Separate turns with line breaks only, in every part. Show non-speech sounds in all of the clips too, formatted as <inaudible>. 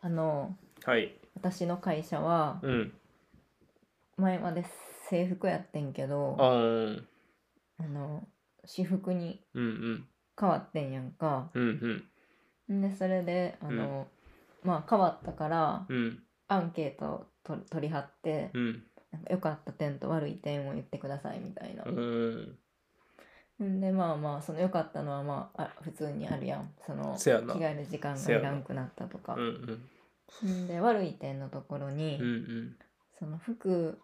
あの
はい。
私の会社は
うん。
前まで制服やってんけど
あー
あの私服に
うんうん。
変わってんやんか
うんうん。
んでそれであの、まあ変わったから
うん
アンケートを取取り張って
うん。
なんか良かった点と悪い点を言ってくださいみたいな
う、ん。
ん、でまあまあその良かったのはまああ普通にあるやんその着
せやな。
替える時間
せ
が
や
い
な
らんくなったとか
うんう、ん。
ん、で悪い点のところに、
うんうん。
その服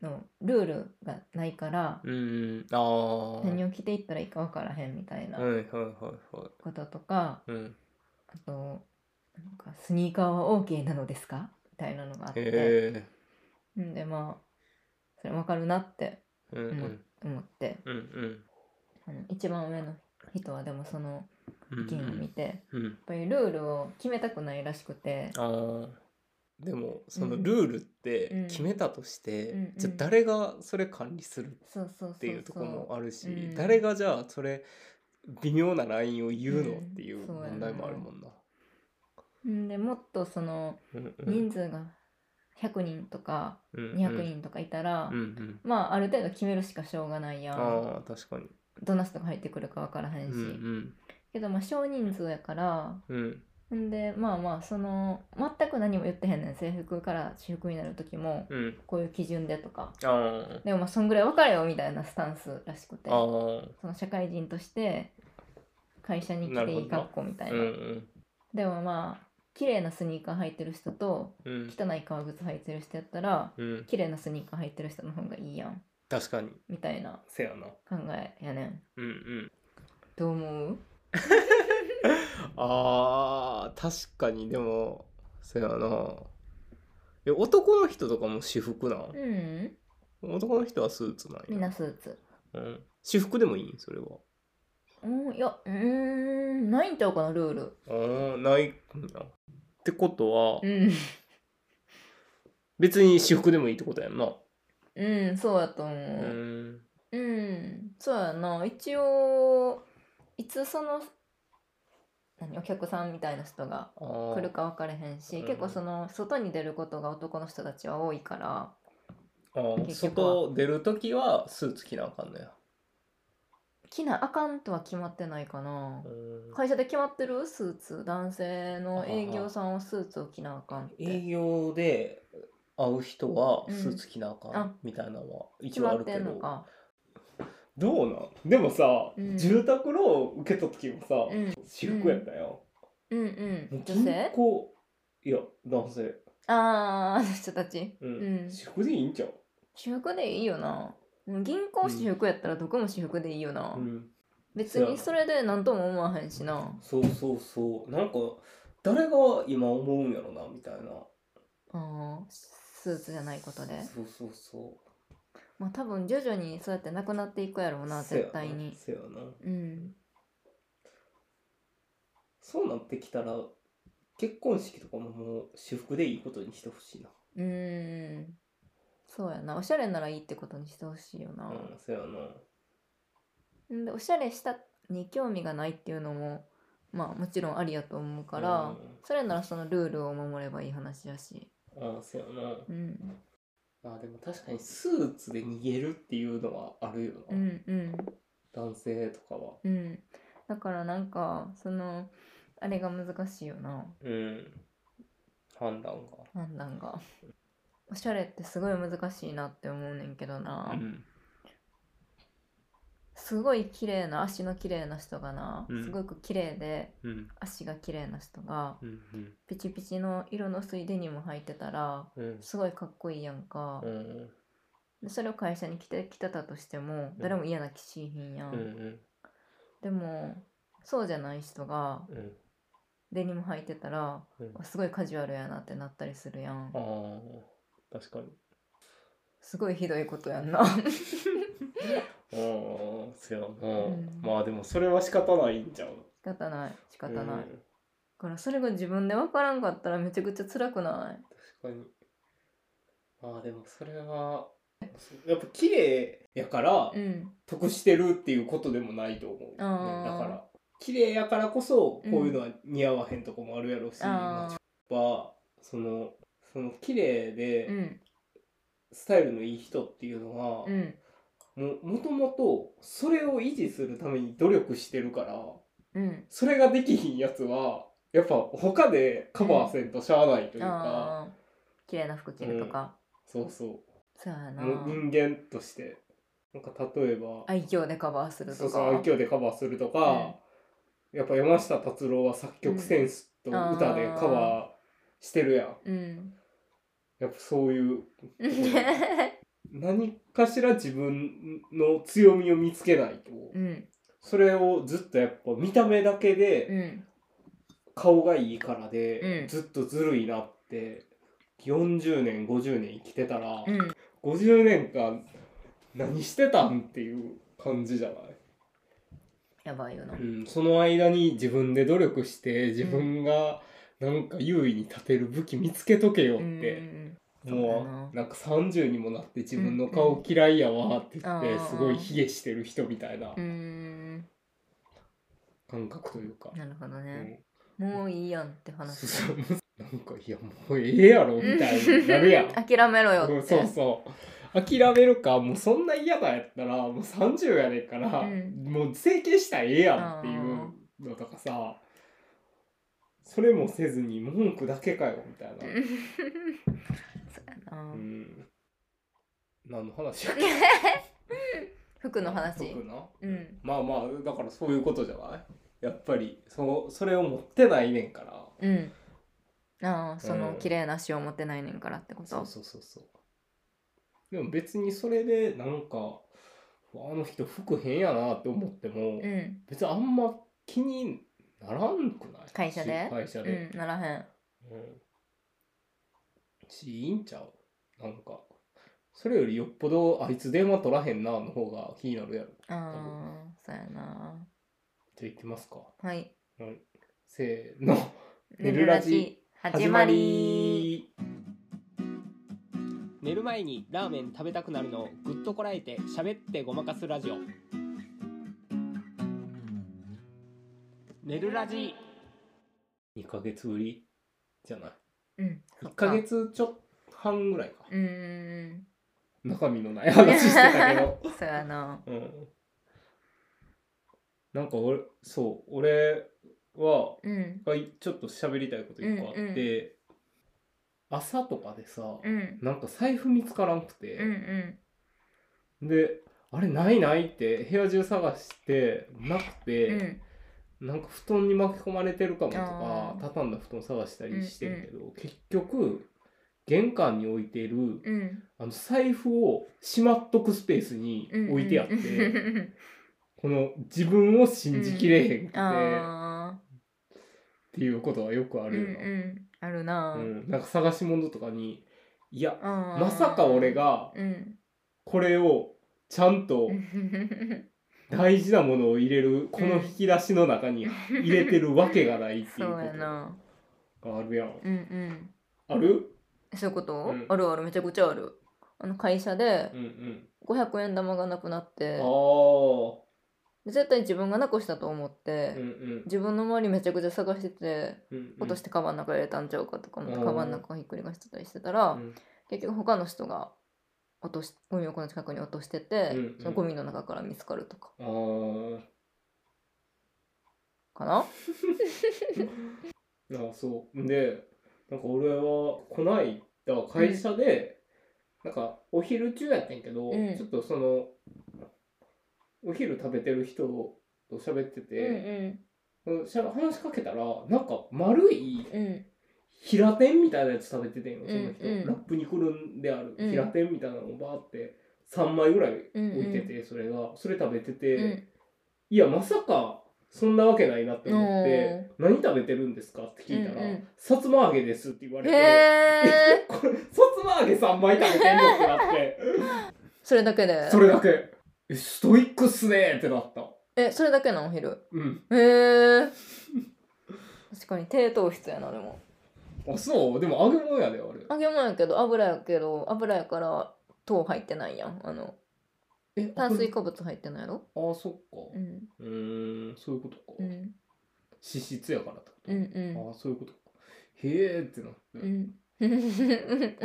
のルールがないから
うんうん。ああ。はい
何を着ていったらいいか分からへんみたいな
はいはいは
こととか、
い。うん。
あとなんかスニーカーは OK なのですかみたいなのがあって、
へ
んでまあそれ分かるなって
え。うんうん。
思って
うんうん。
あの一番上の人はでもその
うん
意見を見て、やっ
うん。
ぱりルールを決めたくないらしくて、
あーでもその
うん
ルールっ
うん
て決めたとして、
うんうん
じゃあ誰がそれ管理するっ
そうそうそうそう
ていうところもあるし、
うん
誰がじゃあそれ微妙なラインを言うの
う
っ
ん
ていう
そうやな
問題もあるもんな。
んでもっとその
うんう
人
ん
数が100人とか
うんうん
200人とかいたら、
うんうん
まあある程度決めるしかしょうがないやん
ああ確かに。
どんな人が入ってくるか分からへ
うん
し、
ん
けどまあ少人数やから
うん
んでまあまあその全く何も言ってへんねん制服から私服になる時も
うん
こういう基準でとか
あー
でもまあそんぐらい分かれよみたいなスタンスらしくて
あー
その社会人として会社に来ていい格好みたい
うん
な
うん
でもまあ綺麗なスニーカー履いてる人と
うん
汚い革靴履いてる人やったら
うん
綺麗なスニーカー履いてる人の方がいいやん
確かに
みたいな
せやな。
考えやねん
うんうん
どう思う
あー確かにでもそやないや男の人とかも私服なん
うん
男の人はスーツなん
みん
や、
なスーツ
うん、私服でもいいんそれは
うんいやうーんないんちゃうかなルール
ああないんやってことは
うん
別に私服でもいいってことやんな
うんそうやと思
う
う
ーん
うん、そうやな一応いつその何お客さんみたいな人が
あ
来る
ー
か分からへんし、
うん
結構その外に出ることが男の人たちは多いから
あー
結局は
外出るときはスーツ着なあかんのや
着なあかんとは決まってないかな
う、ーん
会社で決まってるスーツ男性の営業さんはスーツを着なあかんって
営業で会う人は
うん
スーツ着なあか
あ
んみたいなのは
決
一応
ま
あ
っ
る
て
け
んの
ど
か
どうなんでもさ、
うん
住宅ローン受け取った時もさ、
うん
私服やったよ、
うんうん
もう
女性
銀行いや男性
ああ <laughs> 人たち
うん、
うん
私服でいいんちゃう
私服でいいよな銀行私服やったらどこも私服でいいよな、
うん、
別にそれで何とも思わへんしな
そうそうそうなんか誰が今思うんやろなみたいな
あースーツじゃないことで
そうそうそ
まあ多分徐々にそうやってなくなっていくやろう
う
な
せや
絶対に
せやな
うん
そうなってきたら結婚式とかももう私服でいいことにしてほしいな
うーんそうやなおしゃれならいいってことにしてほしいよな
うん、せやなん
でおしゃれしたに興味がないっていうのもまあもちろんありやと思うから、
うん
それならそのルールを守ればいい話やし
ああせやな
うん
まあでも確かにスーツで逃げるっていうのはあるよ
う
な、
んうん
男性とかは
うんだからなんかそのあれが難しいよな
うん判断
判断がおしゃれってすごい難しいなって思うねんけどな、
がうん
すごい綺麗な足の綺麗な人がな、
うん
すごく綺麗で
うん
足が綺麗な人が
うんうん
ピチピチの色の薄いデニム履いてたら
うん
すごいかっこいいやんか
う、ん
でそれを会社に着て着てたとしても誰も嫌な気しいひんやん、
うんうん
でもそうじゃない人が
うん
デニム履いてたら
うん
すごいカジュアルやなってなったりするやん
ああ確かに
すごいひどいことやんな
ああせやな、
ん
まあでもそれは仕方ないんちゃう
仕方ない仕方ない、
うん
だからそれが自分で分からんかったらめちゃくちゃ辛くない
確かにまあでもそれはやっぱ綺麗やから
うん
得してるっていうことでもないと思う、ね、だ
あー
から綺麗やからこそこういうのは似合わへんとこもあるやろうし、
あー
まあやっぱその綺麗
う
で
ん
スタイルのいい人っていうのは、
うん
ももともとそれを維持するために努力してるから
うん
それができひんやつはやっぱ他でカバーせんとしゃあないというか、
ああ綺麗な服着るとか、
そうそ
そうや
う
な
もう人間としてなんか例えば
愛嬌でカバーする
そ
と
うそう
か
愛嬌でカバーするとか、やっぱ山下達郎は作曲センスと歌でカバーしてるやん、
うん
やっぱそういう何かしら自分の強みを見つけないと、
うん
それをずっとやっぱ見た目だけで
うん
顔がいいからで、
うん
ずっとずるいなって40年50年生きてたら、
うん
50年間何してたんっていう感じじゃない
やばいよな
うん、その間に自分で努力して自分がなんか優位に立てる武器見つけとけよっ
うん
て、
うんそうだ
も
な
うなんか30にもなって自分の顔嫌いやわって言って、
うんうん
すごい卑下してる人みたいな
うん
感覚というか、
なるほど
う
ね、
ん
もういいやんって話
そう <laughs> なんかいやもうええやろみたいになるやん
<laughs> 諦めろよって
う
<laughs>
んそうそう諦めるかもうそんな嫌だやったらもう30やねんから、
うん
もう整形したらええやんっていうのとかさそれもせずに文句だけかよみたいな、
んそうやな、
うん、何の話やっ
服の話
特な
うん
まあまあだからそういうことじゃないやっぱりそそれを持ってないねんから
うんああそうの
ん
綺麗な詩を持ってないねんからってこと
そうそうそうそうでも別にそれでなんかあの人服変やなって思って
う
も、
ん
別にあんま気にならんくない
会社で
会社
う
で、
んならへん
うんしいいんちゃうなんかそれよりよっぽどあいつ電話取らへんなの方が気になるやろ
ああそうやな
じゃあ行きますか
はい
はいせーの
ね
ね
る
る
ラ
ラ
ジ
ジ
始まり
寝る前にラーメン食べたくなるのをぐっとこらえて喋ってごまかすラジオ寝るラジ2ヶ月ぶりじゃない
うんそっ
1ヶ月ちょっ半ぐらいか、
うーん
中身のない話してたけど
そうやな
<laughs> うんなんか俺そう俺は
うん
がちょっと喋りたいこと一個あって、
うん
朝とかでさ、
うん
なんか財布見つからんく
うん
て、であれないないって部屋中探してなく
うんう
て、
ん
なんか布団に巻き込まれてるかもとか
あー
畳んだ布団探したりしてるけど、結局玄関に置いている
うん
あの財布をしまっとくスペースに
うん
置いて
<laughs>
あって、
うんうん
この自分を信じきれへんくて、っ
あ
ていうことはよくあ
あ
るよ
う
な。
んうん、あるな、
うん、なんか探し物とかにいや
あー
まさか俺が
うん
これをちゃんと大事なものを入れるこの引き出しの中に入れてるわけがないって
<laughs> そ
いう
うや
こ
な
とがあるやん。
うんうん
ある
そういうこと、
うん
あるあるめちゃくちゃあるあの会社で
うんうん。
500円玉がなくなっ
あ
て
あ、う
絶対自分がなくしたと思って、
んうん
自分の周りめちゃくちゃ探してて
うんうん。
落としてカバンの中入れたんちゃうかとか思って、
うん
カバンの中ひっくり返してたりしてたら、
うん
結局他の人が落としゴミ箱の近くに落としてて、
うんうん
そのゴミの中から見つかるとか
あー
かな
あーそうでなんか俺はこないだ会社で、なんかお昼中やってんけど、
うん
ちょっとそのお昼食べてる人と喋ってて、しゃ話しかけたらなんか丸い
うんうん
平天みたいなやつ食べててんよその人、
うんうん
ラップにくるんである
うん
平天みたいなのをバーって3枚ぐらい
うんうん
置いてて、それがそれ食べてて、
うん
いやまさかそんなわけないなって思って「何食べてるんですか?」って聞いた
う
ら
んう
「さつま揚げです」って言われて
へえ
これさつま揚げ3枚食べてんのってなって
<laughs> それだけで
それだけ「えストイックっすね」ってなった
えそれだけなのお昼
うん
へえ確かに低糖質やなでも
あそうでも揚げ物やであれ
揚げ物やけど油やけど油やから糖入ってないやんあの
え
炭水化物入ってないやろ、
あそっか
うん
うーんそういうことか、
うん、
脂質やからってこと
うんうん
あそういうことかへえってなって、
うん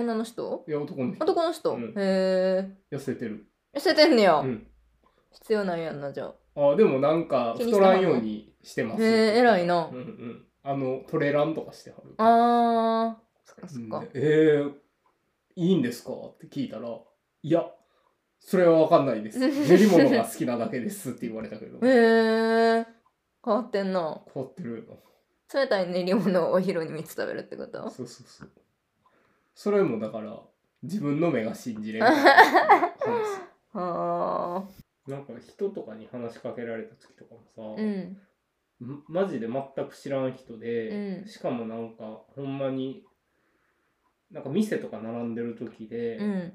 女の人
いや男の人
男の人、
うん
へ
痩せてる、
え捨ててんねや、
うん、
必要なんやんなじゃあ
あでもなんか
気にして
太
は
ら
ん
ん
の
ようにしてます
へえ偉いな
うんうんあのトレランとかしてはる
あーそっかそっか、
うんえー、いいんですかって聞いたら「いやそれは分かんない
<laughs>
です練り物が好きなだけです」って言われたけど
へ <laughs> え変わってんな
変わってるよ
冷たい練り物をお昼に3つ食べるってこ
な
と
そうそうそうそれもだから自分の目が
<laughs>
信じれないっていう話
あ
なんか人とかに話しかけられた時とかもさ、
ーうん
んマジで全く知らん人で、
うん
しかもなんかほんまになんか店とか並んでる時で、
うん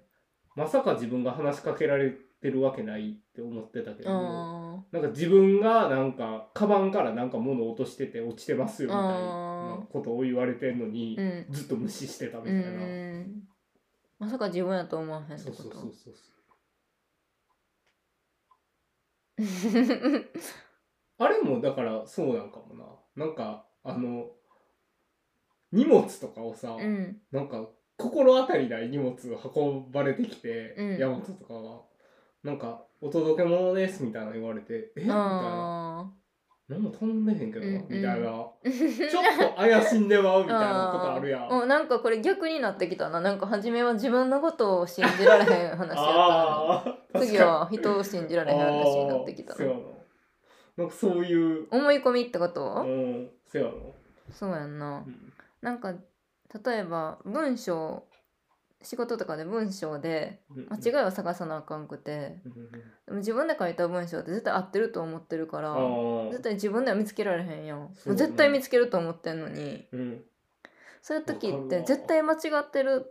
まさか自分が話しかけられてるわけないって思ってたけど、
あ
なんか自分がなんかカバンからなんか物落としてて落ちてますよみたい
あ
なことを言われてんのに
ー、うん
ずっと無視してたみた
う
いな、
んまさか自分やと思わへんって
そう
こ
そうそう
と
そう
うん
あれもだからそうなんかもななんかあの荷物とかをさ、
<laughs> うん
なんか心当たりない荷物運ばれてきて、
うん
ヤマトとかがなんか「お届け物です」みたいな言われて「えみたい
あ
な「何も頼んでへんけどな
うん」
みたいな、
ー
ちょっと怪しんでまうみたいなことあるや
<laughs>
ん。
うん、なんかこれ逆になってきたななんか初めは自分のことを信じられへん話やったの
ああ
に次は人を信じられへん話になってきた
そうや
な
ななんかそういう
思い込みってこと、
うんそうやの
そうやんな
うん
なんか例えば文章仕事とかで文章で
うん
間違いを探さなあかんくて
うんうんうん
でも自分で書いた文章って絶対合ってると思ってるから
あ
絶対自分では見つけられへんやんもう
そうね
絶対見つけると思ってんのに
あうん
そういう時
わ
っ
かる
て
わ
絶対間違ってる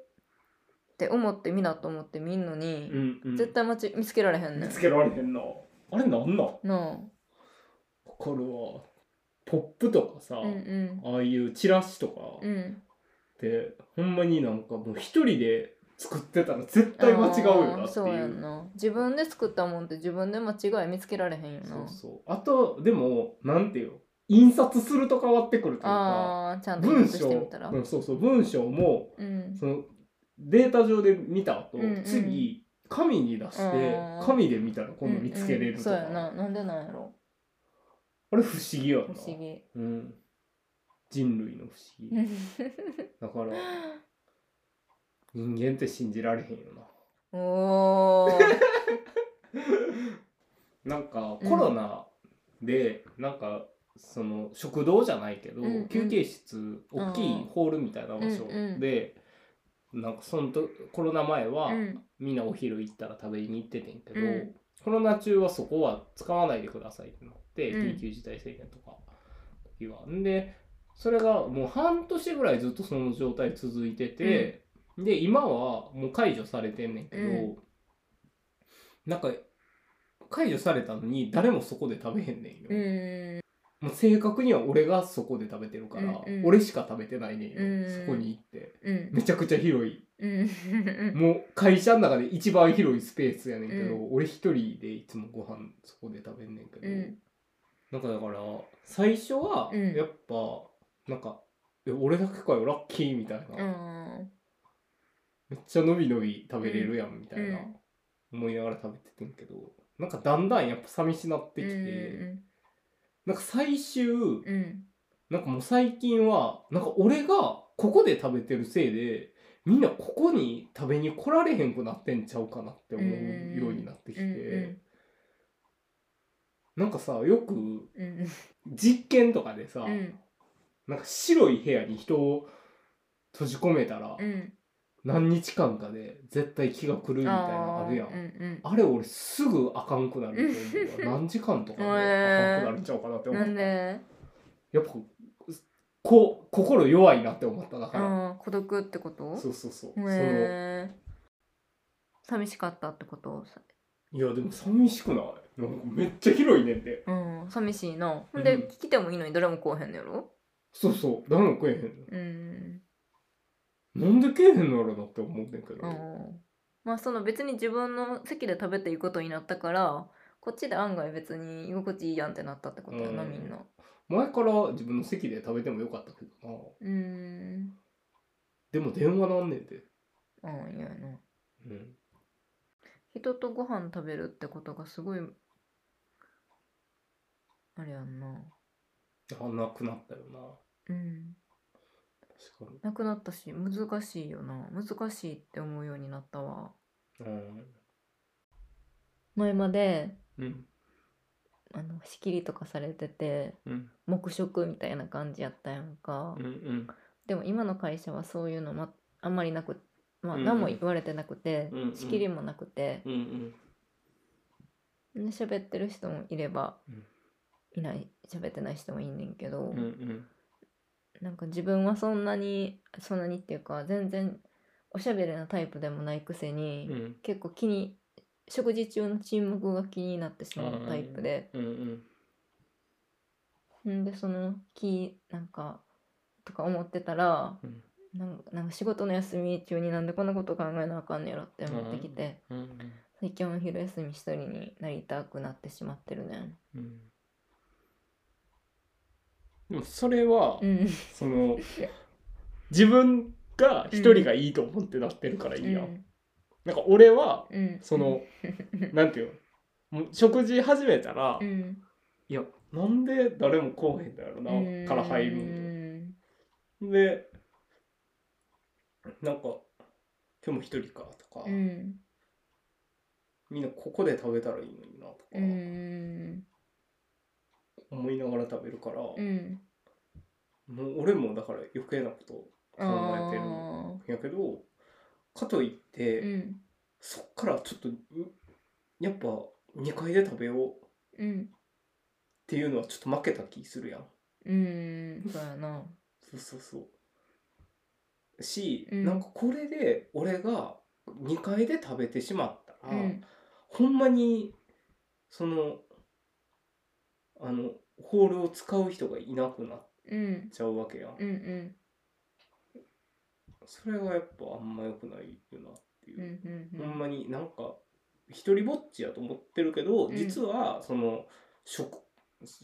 って思って見なと思って見んのに、
うんうん
絶対間ち見つけられへんね
見
ん
つけられへんなあれなんなんわ
な
かるわポップとかさ、
あうん
ああいうチラシとか
うんうん
って、ほんまになんかもう一人で作ってたら絶対間違うよ
あー
なってい
そうや
うん
な自分で作ったもんって自分で間違い見つけられへんよな
そうそうあとでもなんていうの印刷すると変わってくるというか
ああーちゃんと
文
印刷し
章
てみたら
うん、そうそう文章も
うん
そのデータ上で見た
う
後、
んうん
次紙に出して、
あー
紙で見たら今度見つけれ
うんう
る
ん
と
そ
か、
うやななんでなんやろ
あれ不思議やな
不思議 <laughs>
うん、人類の不思議、だから
<laughs>
人間って信じられへんよ
おー
<laughs> ななんか
うん
コロナで、なんかその食堂じゃないけど、
うんうん
休憩室大きいホールみたいな場所
うんうん
で、なんかそのとコロナ前は、
うん
みんなお昼行ったら食べに行っててんけど、
うん
コロナ中はそこは使わないでくださいってなって
うん
緊急事態宣言とか時は、ん、でそれがもう半年ぐらいずっとその状態続いてて、で今はもう解除されてんねんけど、
うん
なんか解除されたのに誰もそこで食べへんねんよ、
うん
もう正確には俺がそこで食べてるから、
うんうん
俺しか食べてないねんよ、
うん
そこに行って
うん
めちゃくちゃ広い
うんうん
もう会社の中で一番広いスペースやねんけど、
う
俺一人でいつもご飯そこで食べんねんけど、
うん
なんかだから最初は
うん
やっぱなんか「え俺だけかよラッキー」みたいな、
うん
めっちゃのびのび食べれるやんみたいな、
うん
思いながら食べててんけどなんかだんだんやっぱ寂しなってきて、
うん
なんか最終
うん
なんかもう最近はなんか俺がここで食べてるせいでみんなここに食べに来られへんくなってんちゃうかなって思うようになってきて、
うんうん
なんかさよく
うん
実験とかでさ、
うん
なんか白い部屋に人を閉じ込めたら
うん
何日間かで絶対気が狂うみたいなのあるやん。
ーうん
あれ俺すぐあかんくなると思う
<laughs>
わ何時間とかであかんくなるんちゃうかなって
うんな
思った
んで
やっぱこ心弱いなって思っただから、
うん孤独ってこと
そうそうそう、
へえ寂しかったってこと
そのいやでも寂しくないなんかめっちゃ広いねんって
うん寂しいなほんで、
うん
聞きてもいいのに誰も来おへんのやろ
そうそう誰も食えへ
うん、
んなんで食えへんのやろなって思ってんけど、
うん、まあその別に自分の席で食べていくことになったからこっちで案外別に居心地いいやんってなったってことやな、
うん
みんな
前から自分の席で食べてもよかったけどな
うん
でも電話なんねんて、
うんいやな
うん、
人とご飯食べるってことがすごいあれやんな
あなくなったよな
うん
確か
なくなったし難しいよな難しいって思うようになったわ
にうん
前まで
うん
あの仕切りとかされてて
うん
黙食みたいな感じやったやんか、
うんうん
でも今の会社はそういうのまあんまりなくまあ
うんうん
何も言われてなくて、
うんうん
仕切りもなくて
うんうん
で喋ってる人もいれば、
うん
いない喋ってない人もいんねんけど、
うんうん
なんか自分はそんなにそんなにっていうか全然おしゃべりなタイプでもないくせに、
うん
結構気に食事中の沈黙が気になってしまうタイプで、
うんうん
んでその気なんかとか思ってたら、
うん
なんなんか仕事の休み中になんでこんなこと考えなあかんねやろって思ってきて、
うん
最近は昼休み一人になりたくなってしまってるね
うんでもそれは、
うん
その自分が一人がいいと思ってなってるからいいや、
うん
なんか俺は
うん
その <laughs> なんていうのもう食事始めたら、
う
い
ん
やなんで誰も来おへんだろうな、
うん
から入る
うんん
でなんか「今日も一人か」とか、
うん
みんなここで食べたらいいのにな」とか
うん
思いながら食べるから、
うん
もう俺もだから余計なこと考えてるん
あ
やけどかといって、
ーうん
そっからちょっとんやっぱ2階で食べようっ
うん
ていうのはちょっと負けた気するやん
うんそうやな
そうそうそうし、
うん
なんかこれで俺が2階で食べてしまった
う
ら、
ん
ほんまにそのあのホールを使う人がいなくなっ
うん
ちゃうわけやん、
うんうん
それがやっぱあんま良くないよなっていう
う、んうんう
ほん
ん
まになんか一人ぼっちやと思ってるけど、
うん
実はその食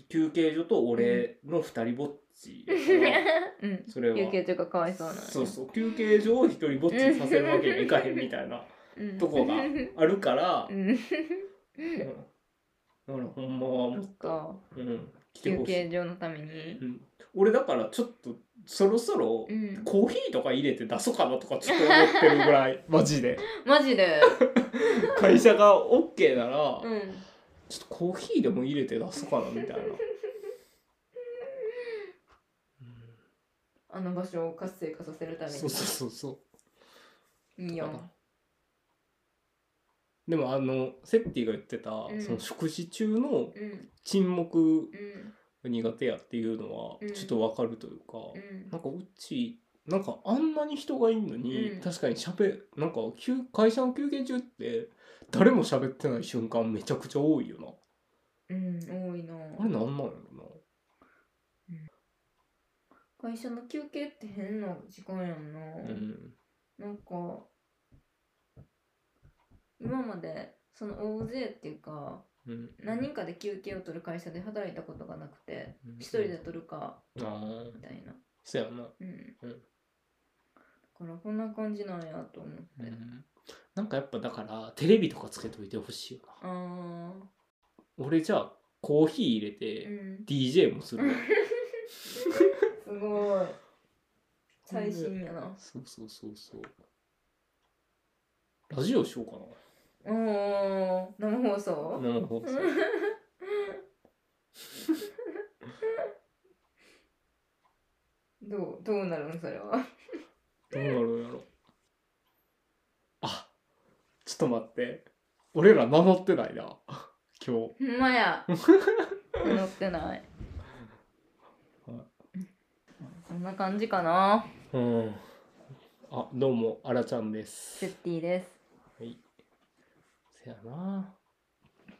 休憩所と俺の二人ぼっちやから、
うん <laughs>
それは
休憩中がかわいそうなのね
そうそう休憩所を一人ぼっちにさせるわけにはいかへんみ
<laughs>
たいな
うん
とこがあるから
う、ん
うん、だからほんまはも
そ
っ
っか
と、うん、来て
休
ほし
憩
い、
所のために
うん、俺だからちょっとそろそろ、
うん
コーヒーとか入れて出そうかなとかちょっと思ってるぐらいマジで
<laughs> マジで
会社が OK なら、
うん
ちょっとコーヒーでも入れて出そうかなみたいな。
あの場所を活性化させるため
そうそうそうそ。
にいういよ
でもあのセッティが言ってた、
ん
その食事中の
うん
沈黙
うん
が苦手やっていうのは
うん
ちょっとわかるというか、
うん
なんかうちなんかあんなに人がいるのに、
うん
確かにしゃべなんか休会社の休憩中って誰も喋ってない瞬間めちゃくちゃ多いよな
うん多いな
あれなんなんやろな
会社の休憩って変な時間やんな
うん
なんか今までその大勢っていうか
うん
何人かで休憩を取る会社で働いたことがなくて
うん
一人で取るか
ああ
みたいな
そうやな
うん
うん
だからこんな感じなんやと思って
なんかやっぱだからテレビとかつけといてほしいよな
ああ
俺じゃあコーヒー入れ
う
て
ん
DJ もするわ
すごい <laughs> 最新やな
そうそうそうそうラジオしようか
おお生放
な
送
生放送
どうどうなるんそれは
どうなるんやろあちょっと待って俺ら名乗ってないな今日
ほんま
<laughs>
や乗ってないこんな感じかな
うんあどうもあらちゃんで
セッ
す
ティです
はいせやな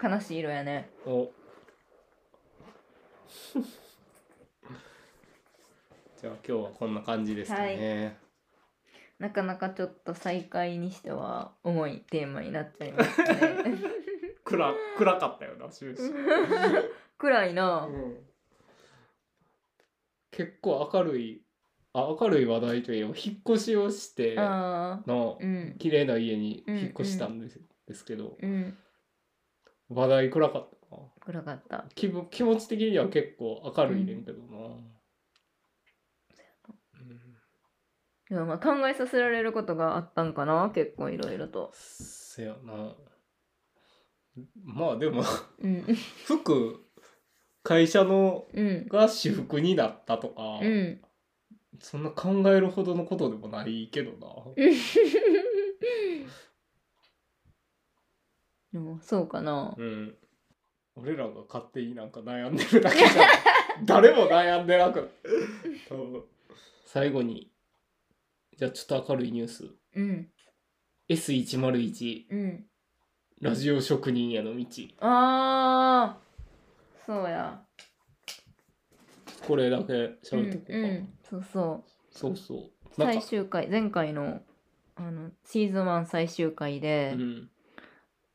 悲しい色やね
お <laughs> じゃあ今日はこんな感じですかね、
なかなかちょっと再開にしては重いテーマになっちゃいました
<laughs>
ね
暗暗かったよな終始、
暗いな
うん結構明るいあ明るい話題といえば引っ越しをして
あ
の
ーうん
綺麗な家に引っ越したんです,、ですけど
うん
話題暗かったな
暗かった
気分気持ち的には結構明るいねんけどな、うん
でもまあ考えさせられることがあったんかな結構いろいろと
せやなまあでも <laughs>
うん
服会社の
うん
が私服になったとか、
うん
そんな考えるほどのことでもないけどな
でもそうかな
うん俺らが勝手になんか悩んでるだ
<laughs>
けじゃん誰も悩んでなくない多分最後にじゃあちょっと明るいニュース
うん、
S101
うん、
ラジオ職人への道
ああそうや
これだけ喋っとこうか、
うんうん、そうそ
そうそう
う
なん
最
か、
終回前回のあのシーズン1最終回
う
で、
ん、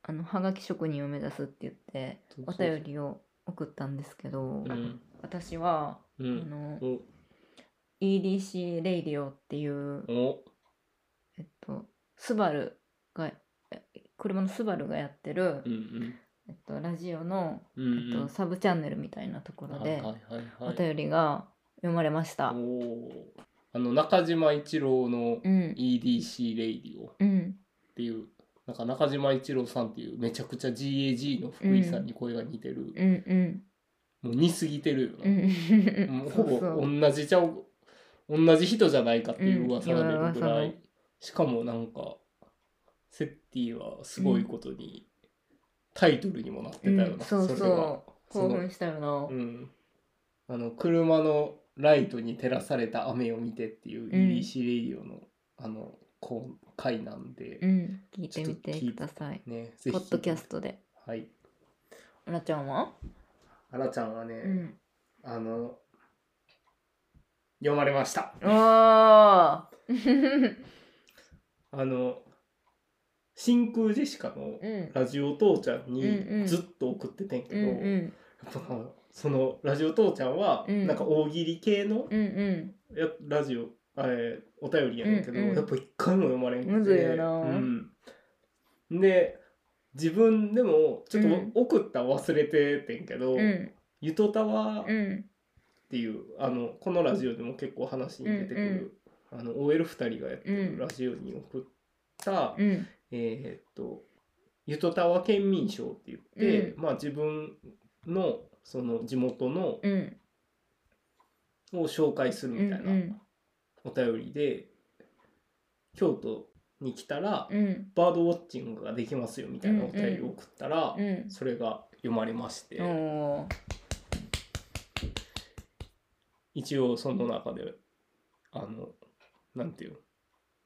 あのはがき職人を目指すって言って
そう
お
そう
便りを送ったんですけど、
うん
私は、あ
うん
の
お
EDC レイディオっていう
お
えっとスバルがえ車のスバルがやってる、
うん
えっと、ラジオの、
うんう
え
ん
っ
う
と
ん
サブチャンネルみたいなところ
はい
で、
はい
お
はいはい
便りが読まれました。
おーあの中島一郎の
うん
EDC レイディオっ
うん
ていうなんか中島一郎さんっていうめちゃくちゃ GAG の福井さんに声が似てる、
うんうん
もう似すぎてるよ
う
な、も
ん
うほ
<laughs> そうそう
ぼ同じちゃう同じ人じゃないかっていう噂が出るぐ
うん
ら
噂
い、
の
しかもなんかセッティはすごいことに、タイトルにもなってたよな、
うんそうそう
れが
興
の
奮したよな。
うん、あの車のライトに照らされた雨を見てっていう EDC レイディオの、あのこう回なんで、
うん聞いてみてください。
ねぜひ
ポッドキャストで。
はい
あらちゃんは？
あらちゃんはね、
うん。
あの読まれました
ああ。
あの真空ジェシカの
うん。
ラジオ父ちゃん
うんう
に
ん
ずっと送っててんけ
うんう
ど、や
ん
っぱそのラジオ父ちゃんは
うん
なんか大喜利系の
うんうん
やラジオあえーお便りやねんけど、
うんうん
やっぱ一回も読まれんくて
むずいよな
うん、で自分でもちょっ
うん
と送った忘れててんけど「
うん
ゆとたわ」
う
っ
ん
ていう、あのこのラジオでも結構話に出てくる、あの OL2 人がやって
う
る
ん
ラジオに送った、
うん
えーっと「ゆとたわ県民賞」って言って、
う
まあ自分のその地元の
うん
を紹介するみたいな。
うん
お便りで京都に来たら
うん
バードウォッチングができますよみたいなお便りを送ったら
うん
それが読まれまして
うん。お
一応その中であのなんていうの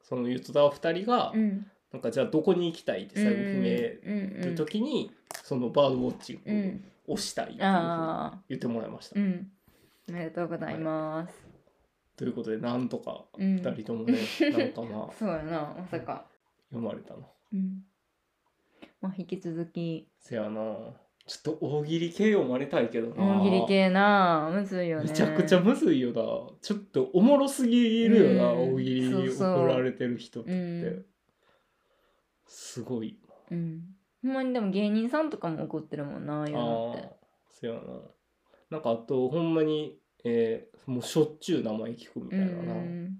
そのゆとたわ2人が
ーうん。
なんかじゃあどこに行きたいって最後決め
め
る時にそのバードウォッチ
う
ン
ん
グをしたいっていうふうに
ああ
言ってもらいました
う。ん。おめでとうございます。
ということでなんとか
うん。
2人ともねなんかまあ
そうやなまさか。
読まれたな。
うん。まあ引き続き
せやなちょっと大喜利系読まれたいけどな
大喜利系なむずいよね
めちゃくちゃむずいよなちょっとおもろすぎるよな、
うん
大喜利
そう
に
そう
送られてる人って、
うん、
すごい
うん、ほんまにでも芸人さんとかも怒ってるもんなああいう
ああ
のって
そうやななんかあとほんまに、えーもうしょっちゅう名前聞くみた
う
いなな、
ん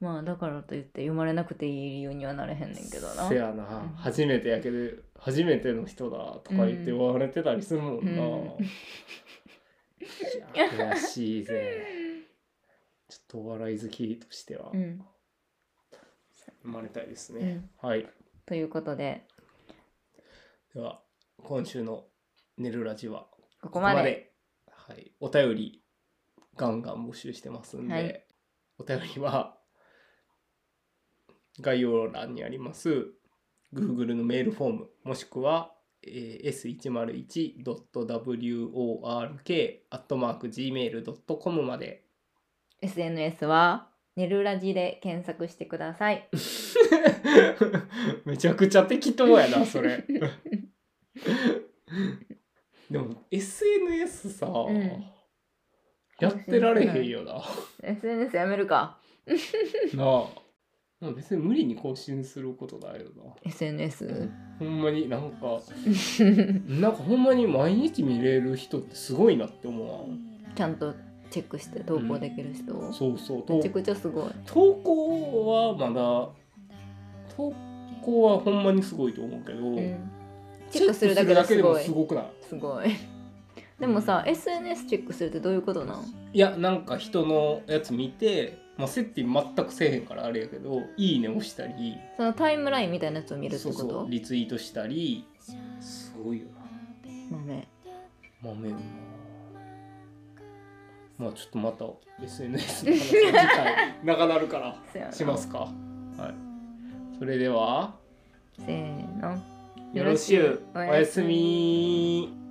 まあだからといって読まれなくていい理由にはなれへんねんけどな
せやな、
ん
初めてやけど初めての人だとか言って
うん
言われてたりするもん
う
な、いや悔しい
<laughs>
ぜちょっとお笑い好きとしては
うん、
生まれたいです
う
ね、
ん、
はい
ということで
では今週の「寝るラジ」は
こ
ここ
こま
ま
で
ではい、お便りガンガン募集してますんで、
はい
お便りは概要欄にあります Google のメールフォームもしくは、えー s101.work.gmail.com まで <laughs>
SNS は「ねるラジ」で検索してくださ
<laughs>
い
めちゃくちゃ適当やなそ <laughs> れでも SNS さ、
ん
やってられへんよな。
SNS やめるか
なあ。まあ別に無理に更新することないよな。
SNS
ほんまになんか、なんかほんまに毎日見れる人ってすごいなって思
ちゃんとチェックして投稿できる人、
うな。そうそう。と
めちゃくちゃすごい
投稿はまだ、投稿はほんまにすごいと思うけど、
うんチェックするだけです
る
ご
も
い
すごくない
すごいでもさ SNS チェックするってどういうことなん
いやなんか人のやつ見て、まあ、接点全くせえへんからあれやけど「いいね」押したり
そのタイムラインみたいなやつを見るって
そ
こ
う
と
そうリツイートしたりすごいよ
豆
な豆よなまあちょっとまた SNS の話の時 <laughs> 間長なるから
そやな
しますかはいそれでは
せーの
よろしゅうお
お
や
や
す
す
み